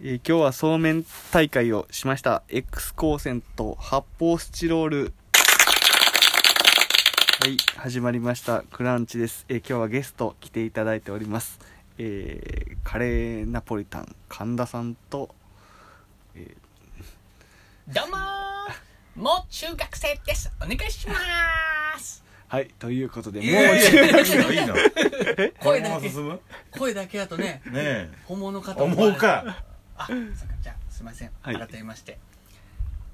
えー今日はそうめん大会をしました X 光線と発泡スチロールはい始まりましたクランチです、えー今日はゲスト来ていただいております、えーカレーナポリタン神田さんとどうもーもう中学生ですお願いしまーすはいということでもうもういいの 声このまだまけ進むね声だけだとねえ本物かと思うわれるかあそっかじゃあすいません、はい改めまして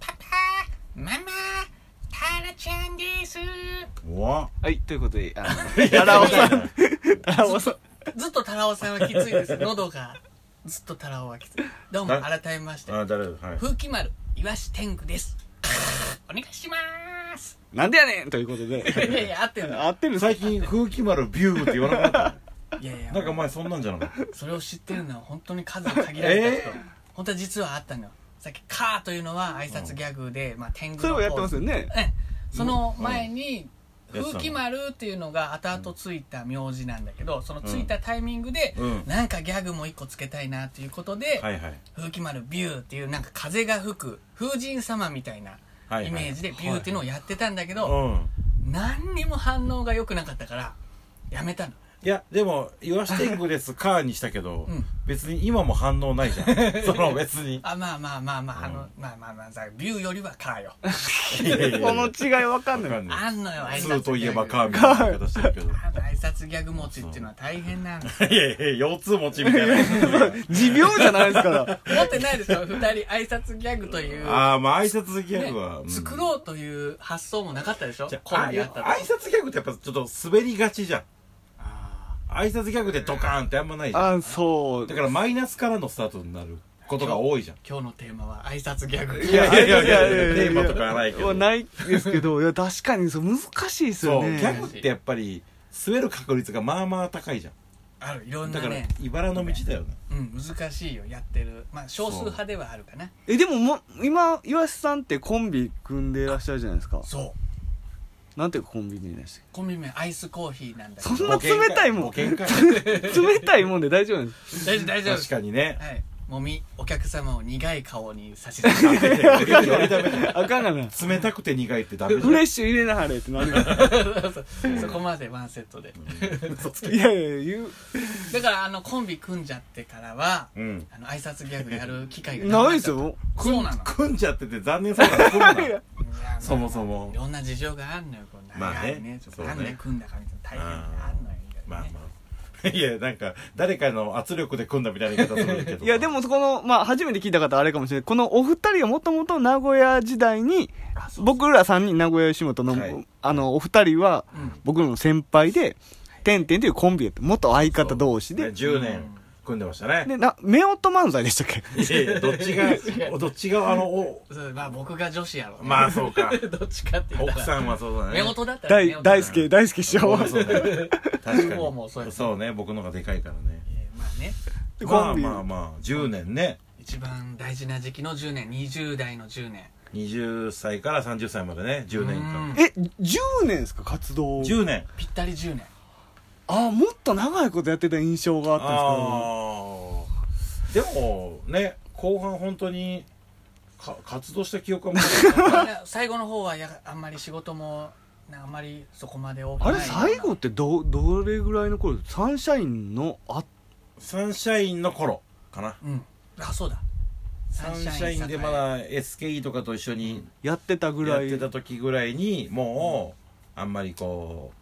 パパママタラちゃんですうわはいということであ のタラオさんタラオさんずっとタラオさんはきついです喉がずっとタラオはきついどうもだ改めましてあ誰だはい風紀丸イワシ天狗ですお願いしまーすなんでやねんということいやいでや合ってるの合ってる最近風紀丸ビューって言わなくなっいやいやたなんか前そんなんじゃなかったそれを知ってるのは本当に数限られた人、えー本当は実はあったのよさっき「カー」というのは挨拶ギャグで、まあ、天狗それのをやってポーますズよねええその前に「うん風紀丸」っていうのが後々ついた名字なんだけどそのついたタイミングで、うんなんかギャグも一個つけたいなということで「はいはい風紀丸ビュー」っていうなんか風が吹く風神様みたいなはいはいイメージでビューっていうのをやってたんだけど、うん何にも反応が良くなかったからやめたのいやでも「イワシ天狗です」カーにしたけどうん別に今も反応ないじゃんその別 にあまあまあまあまあ、あうんのまあまあまあさビューよりはカーよいやいやいやこの違いわかんないわかんないあんのよ挨拶ギャ通グといえばカーみたいな言い方してるけどあの挨拶ギャグ持ちっていうのは大変なんですいやいや腰痛持ちみたいな 持病じゃないですから持ってないでしょ二人挨拶ギャグという、ああまあ挨拶ギャグは、ねうん作ろうという発想もなかったでしょじゃコあンビやったら挨拶ギャグってやっぱちょっと滑りがちじゃん挨拶ギャグでドカーンってあんまないじゃんあそうだからマイナスからのスタートになることが多いじゃん今日のテーマは挨拶ギャグいやいやいやいやテーマとかはないけどまあないですけどいや確かにそう難しいですそようギねャグってやっぱり滑る確率がまあまあ高いじゃんあるいろんだなからね茨の道だよねうん難しいよやってるまあ少数派ではあるかなえでもも今岩瀬さんってコンビ組んでいらっしゃるじゃないですかそうなんていうコンビニでしたっコンビ名アイスコーヒーなんだけそんどな冷たいもんご見 解冷たいもんで大丈夫なんです大丈夫大丈夫確かにねはいもみお客様を苦い顔にさせてよりダメだよあかんがな冷たくて苦いってダメじゃフレんッシュ入れなはれってなりま そこまでワンセットですいやいや言うだからあのコンビ組んじゃってからは、うんあの挨拶ギャグやる機会がくないっですちゃったよそうなの組んじゃってて残念そうだな組む なそもそいもろんな事情があんのよこうまあね長いねちょっとそうなねんで組んだかみたいな大変があんのよまあまあいやなんか誰かの圧力で組んだみたいな言い方するけどいやでもこのまあ初めて聞いた方あれかもしれないこのお二人はもともと名古屋時代に僕ら3人名古屋吉本の、はいあのお二人はうん僕らの先輩で、てんてんというコンビやって元相方同士ねで10年組んでましたねでな夫婦漫才でしたっけいやいやどっ ちがどっちがあのおそうまあ僕が女子やろうね、まあそうか どっちかって言ったら奥さんはそうだね夫婦だったら大大輔大輔師匠そうそうね確かに向こうもそうやそうね僕のがでかいからねえーまあねでまコあンビまあまあ10年ね一番大事な時期の10年20代の10年20歳から30歳までね10年うん間え10年ですか活動10年ぴったり10年 あもっと長いことやってた印象があったんでああでもね後半本当にか活動した記憶はもう最後の方はやあんまり仕事もなあんまりそこまで多くすけどなあいれ最後ってどどれぐらいの頃サンシャインのあサンシャインの頃かなうんあそうだサンシャインでまだ SKE とかと一緒にやってたぐやっらいてた時ぐらいにもうあんまりこう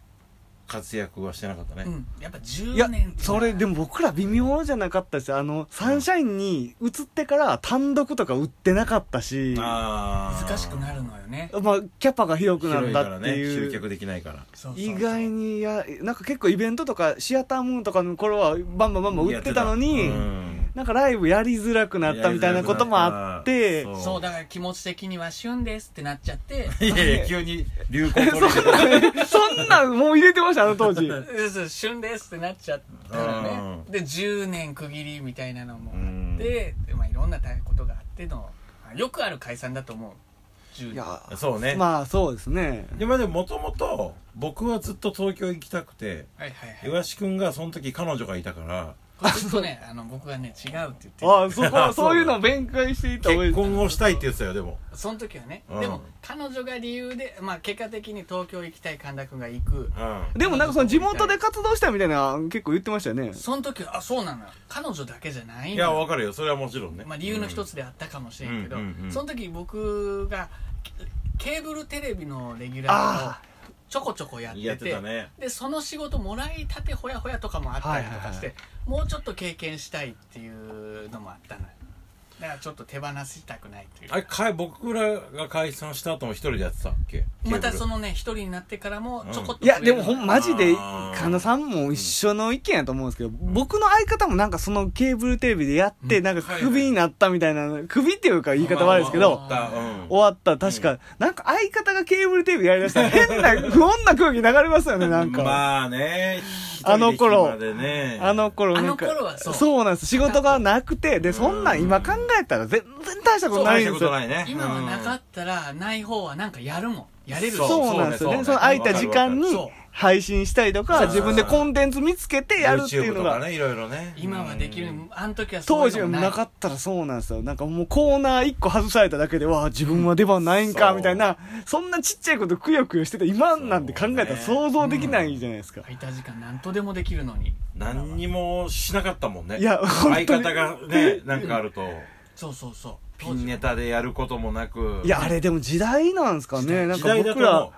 活躍はしてなかったね、うんやっぱ10年いやっていうのはそれでも僕ら微妙じゃなかったしあのサンシャインに移ってから単独とか売ってなかったしまあー難しくなるのよねあキャパが広くな広るんいかだらってねいう集客できないからそうそうそう意外にやなんか結構イベントとかシアタームーンとかの頃はバンバンバンバン売ってたのにやってたうんなんかライブやりづらくなったみたいなこともあってやりづらくなったそうだから気持ち的には旬ですってなっちゃっていやいや急に流行取り入れ てそんなんもう入れてましたあの当 時うんそう旬ですってなっちゃったらねうで10年区切りみたいなのもうんあってでまあいろんなことがあってのあよくある解散だと思う10い年やそうね、まあそうですねでまあでももともと僕はずっと東京行きたくてはいはいはい岩橋君がその時彼女がいたからこれずっと ねあの僕はね違うって言ってああそそうこだそういうのを弁解していた方がいい結婚をしたいって言ってたよでもその時はね、うんでも彼女が理由で、まあ、結果的に東京行きたい神田君が行くうんでもなんかその地元で活動したみたいな結構言ってましたよねその時はあそうなのよ彼女だけじゃないいんやだわかるよそれはもちろんねまあ、理由の一つつであったかもしれんけど、うんうんうんその時僕がケケーブルテレビのレギュラーをあちょこちょこやっててやってたねでその仕事もらいたてほやほやとかもあったりとかして、はもうちょっと経験したいっていうのもあったのよだからちょっと手放したくないというあれかい僕らが解散した後も一人でやってたっけまたそののね一人になってからもちょこっといやでもほんマジジであー神田さんも一緒の意見やと思うんですけど、僕の相方もなんかそのケーブルテレビでやって、うんなんかはいクビになったみたいな、クビっていうか言い方悪いですけど、まあまあ終わったら確か、なんか相方がケーブルテレビやりだしたら変な不穏な空気流れますよねなんか、まあねあの頃一人で暇でねあの頃なんかあの頃はそうなんです仕事がなくてでそんなん今考えたら全然大したことな大いしんでたこすよとないね今はなかっったらない方はなんかやるもんやれるしそうそうなんですよねそそうねそうねの空いた時間にわかるわかる配信したりとそかう自分でコンテンツ見つけてやるっていうの YouTube とが、かねいろいろね今はできるうんあの時はそう当い時うのはもなかったらそうなんですよなんかもうコーナー1個外されただけでわあ自分は出番ないんかそうみたいなそんなちっちゃいことくよくよしてて今なんて考えたら想そうね像できないじゃないですか、空いた時間何とでもできるのに何にもしなかったもんねいや本当に相方がねなんかあるとそうそうそうピンネタでやることもなくいやあれでも時代なんですかねなん時か代だ僕と思らう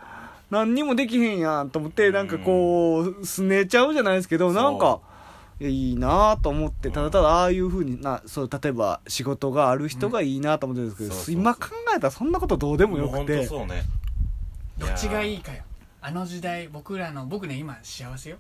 何にもできへんやんと思ってなんかこうすねちゃうじゃないですけどうなんかいやいいなと思ってただただああいうふうになそう例えば仕事がある人がいいなと思ってるんですけど、うんそうそうそう今考えたらそんなことどうでももようく本て当そうねどっちがいいかよあの時代僕らの僕ね今幸せよ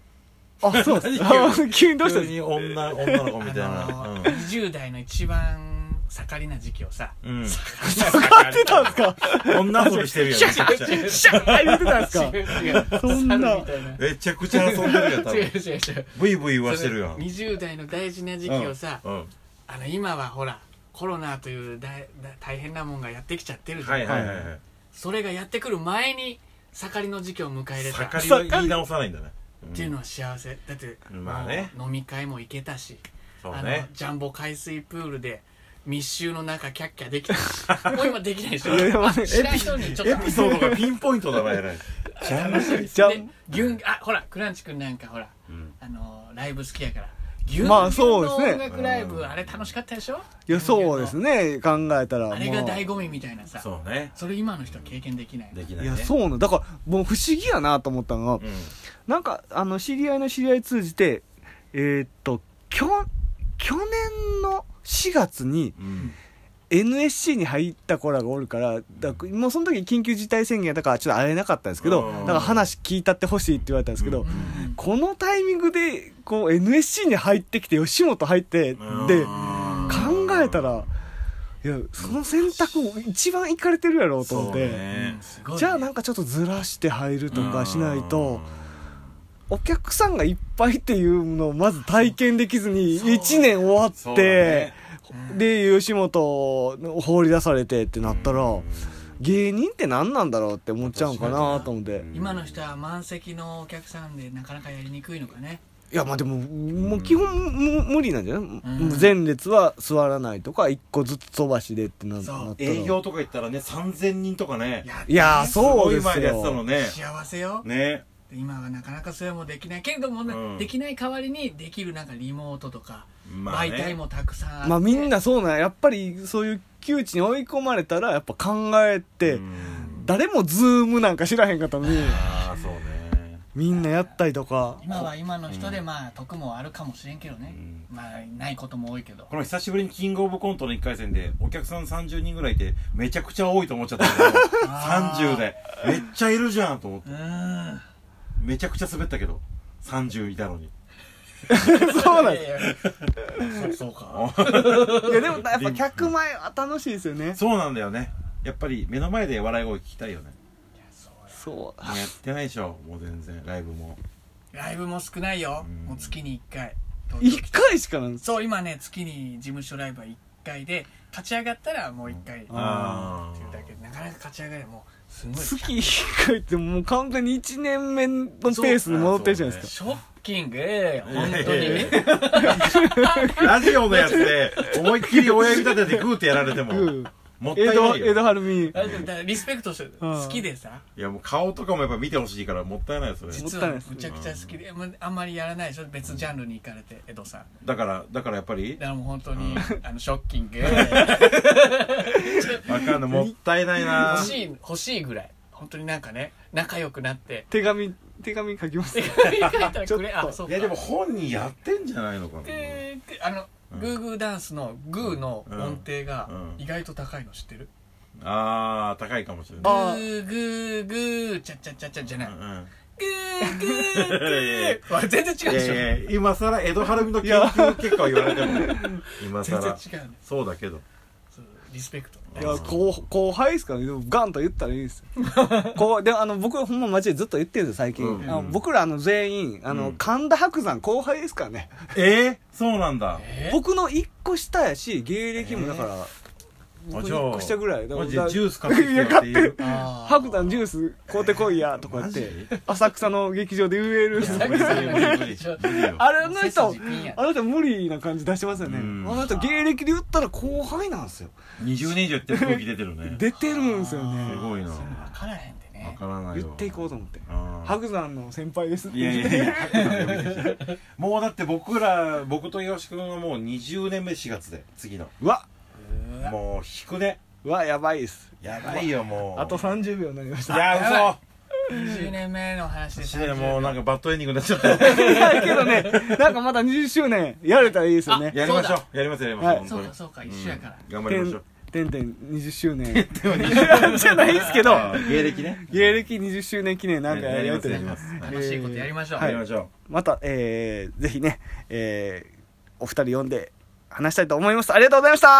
あ そうです急にどうしたんですか急に女女の子あのみたいなー20代の一番盛りな時期をさうんうん使ってたんですか女遊びし てるやんめちゃくちゃシャー言ってたんですか 違う違うそんな猿みたいなめちゃくちゃ遊んでるやん多違う分違う違うブイブイ言わしてるやん20代の大事な時期をさうんあの今はほらコロナという大大大変なもんがやってきちゃってるじゃんはいはいはいはいそれがやってくる前に盛りの時期を迎えれたっ盛りは言い直さないんだねうんていうのは幸せだってまあねもう飲み会も行けたしそうあのねジャンボ海水プールで密集の中キャッキャできたしもう今できないでしょいやいやまあね知らん人にちょっとエピソードがピンポイントだな偉いジャンボじゃあでギュンあほらクランチ君なんかほらうんあのライブ好きやからギュンまあそうですねギュンの音楽ライブあれ楽しかったでしょいやそうですね考えたらもうあれが醍醐味みたいなさそうねそれ今の人は経験できないできないいねやそうなだからもう不思議やなと思ったのが、うんなんかあの知り合いの知り合い通じてえーっときょ去年の4月にうん、 NSC に入った子らがおるからだからもうその時緊急事態宣言やったからちょっと会えなかったんですけどうんだから話聞いたってほしいって言われたんですけど、うんこのタイミングでこう NSC に入ってきて吉本入ってで考えたらいやその選択を一番いかれてるやろうと思って、そうねすごいねじゃあなんかちょっとずらして入るとかしないとお客さんがいっぱいっていうのをまず体験できずにそう1年終わそうっだてねうんで吉本の放り出されてってなったらうん芸人って何なんだろうって思っちゃうんかなと思ってうん今の人は満席のお客さんでなかなかやりにくいのかねいやまあでももう基本む無理なんじゃないん前列は座らないとか1個ずつ飛ばしでってななっそうたら営業とか行ったらね3000人とかねいやーうそうですごい前でやってたのよね幸せよね今はなかなかそれもできないけれども、うんできない代わりにできるなんかリモートとか、まあね媒体もたくさんあってまあみんなそうなんややっぱりそういう窮地に追い込まれたらやっぱ考えてうん誰もズームなんか知らへんかったの にああそうねみんなやったりと か今は今の人でうまあ得もあるかもしれんけどね、うまあないことも多いけどこの久しぶりにキングオブコントの1回戦でお客さん30人ぐらいいてめちゃくちゃ多いと思っちゃったけどあー30でめっちゃいるじゃんと思ってうーんめちゃくちゃ滑ったけど30いたのにそうなんですいやいやそうそうかいやでもやっぱ客前は楽しいですよねそうなんだよねやっぱり目の前で笑い声聞きたいよねそもうやってないでしょもう全然ライブもライブも少ないよ、うんもう月に1回う1回しかなんですそう今ね月に事務所ライブは1回で勝ち上がったらもう一回っていうあーだけでなかなか勝ち上がりはもうすごい月1回ってもう完全に1年目のペースに戻ってるじゃないですかショッキング本当にえラジオのやつで思いっきり親指立ててグーってやられてもうんもったい江な戸い江戸よ晴美あでもだからリスペクトしてるうん好きでさいやもう顔とかもやっぱ見てほしいからもったいないですよね実もったいはないむですちゃくちゃ好きでまあんまりやらないでしょ別ジャンルに行かれて江戸さんだからだからやっぱりだからもう本当にうんあのショッキ ングわかんないもったいないな欲しい欲しいぐらい本当になんかね仲良くな って手紙手紙書きます手紙書いたらちょっくとれあそういかやでも本人やってんじゃないのかなでであのグーグーダンスのグーの音程がうん意外と高いの知ってるあー高いかもしれグないあーグーグーチャチャチャチャじゃないうんグーグーグーあ全然違ういでしょやいや今更江戸晴美の研究結果を言われても今全更然違うねそうだけどそうリスペクトいや後後輩ですからねでもガンと言ったらいいですよ こうであの僕ほんま街でずっと言ってるんですよ最近、うんあの僕らあの全員あの、神田伯山後輩ですからねえー、そうなんだえ僕の1個下やし芸歴もだから、僕じゃあ1個下ぐらいだかマらジでジュース買ってきてよっていうあー白山ジュース買うてこいやとか言っマてジ浅草の劇場で言えるいや無理無理無理無理よあれあの背人筋ピンやあの人無理な感じ出してますよねうんあの人芸歴で言ったら後輩なんですよ20年以上やってる空気出てるね出てるんですよすねごいなそれ分からへんでわねからない言よっていこうと思ってあー白山の先輩ですっていやいやいや白山もうだって僕ら僕と吉君はもう20年目4月で次のうわもう引くねうわやばいですやばいよもうあと30秒になりましいたや20年目の話で嘘すしねもうなんかかバッドエンディングになっちゃったいやけどねなんかまだ20周年やれたらいいですよねやりましょそうやりますやりまはいすそう本当にかそうか一緒やから頑張りてましょんうてん てん20周年じゃないですけどあー芸歴ね芸歴20周年記念なんかやりたいと思いますやります楽しいことやりましょうはやいりましょうまた、えー、ぜひね、えー、お二人呼んで話したいと思います。ありがとうございました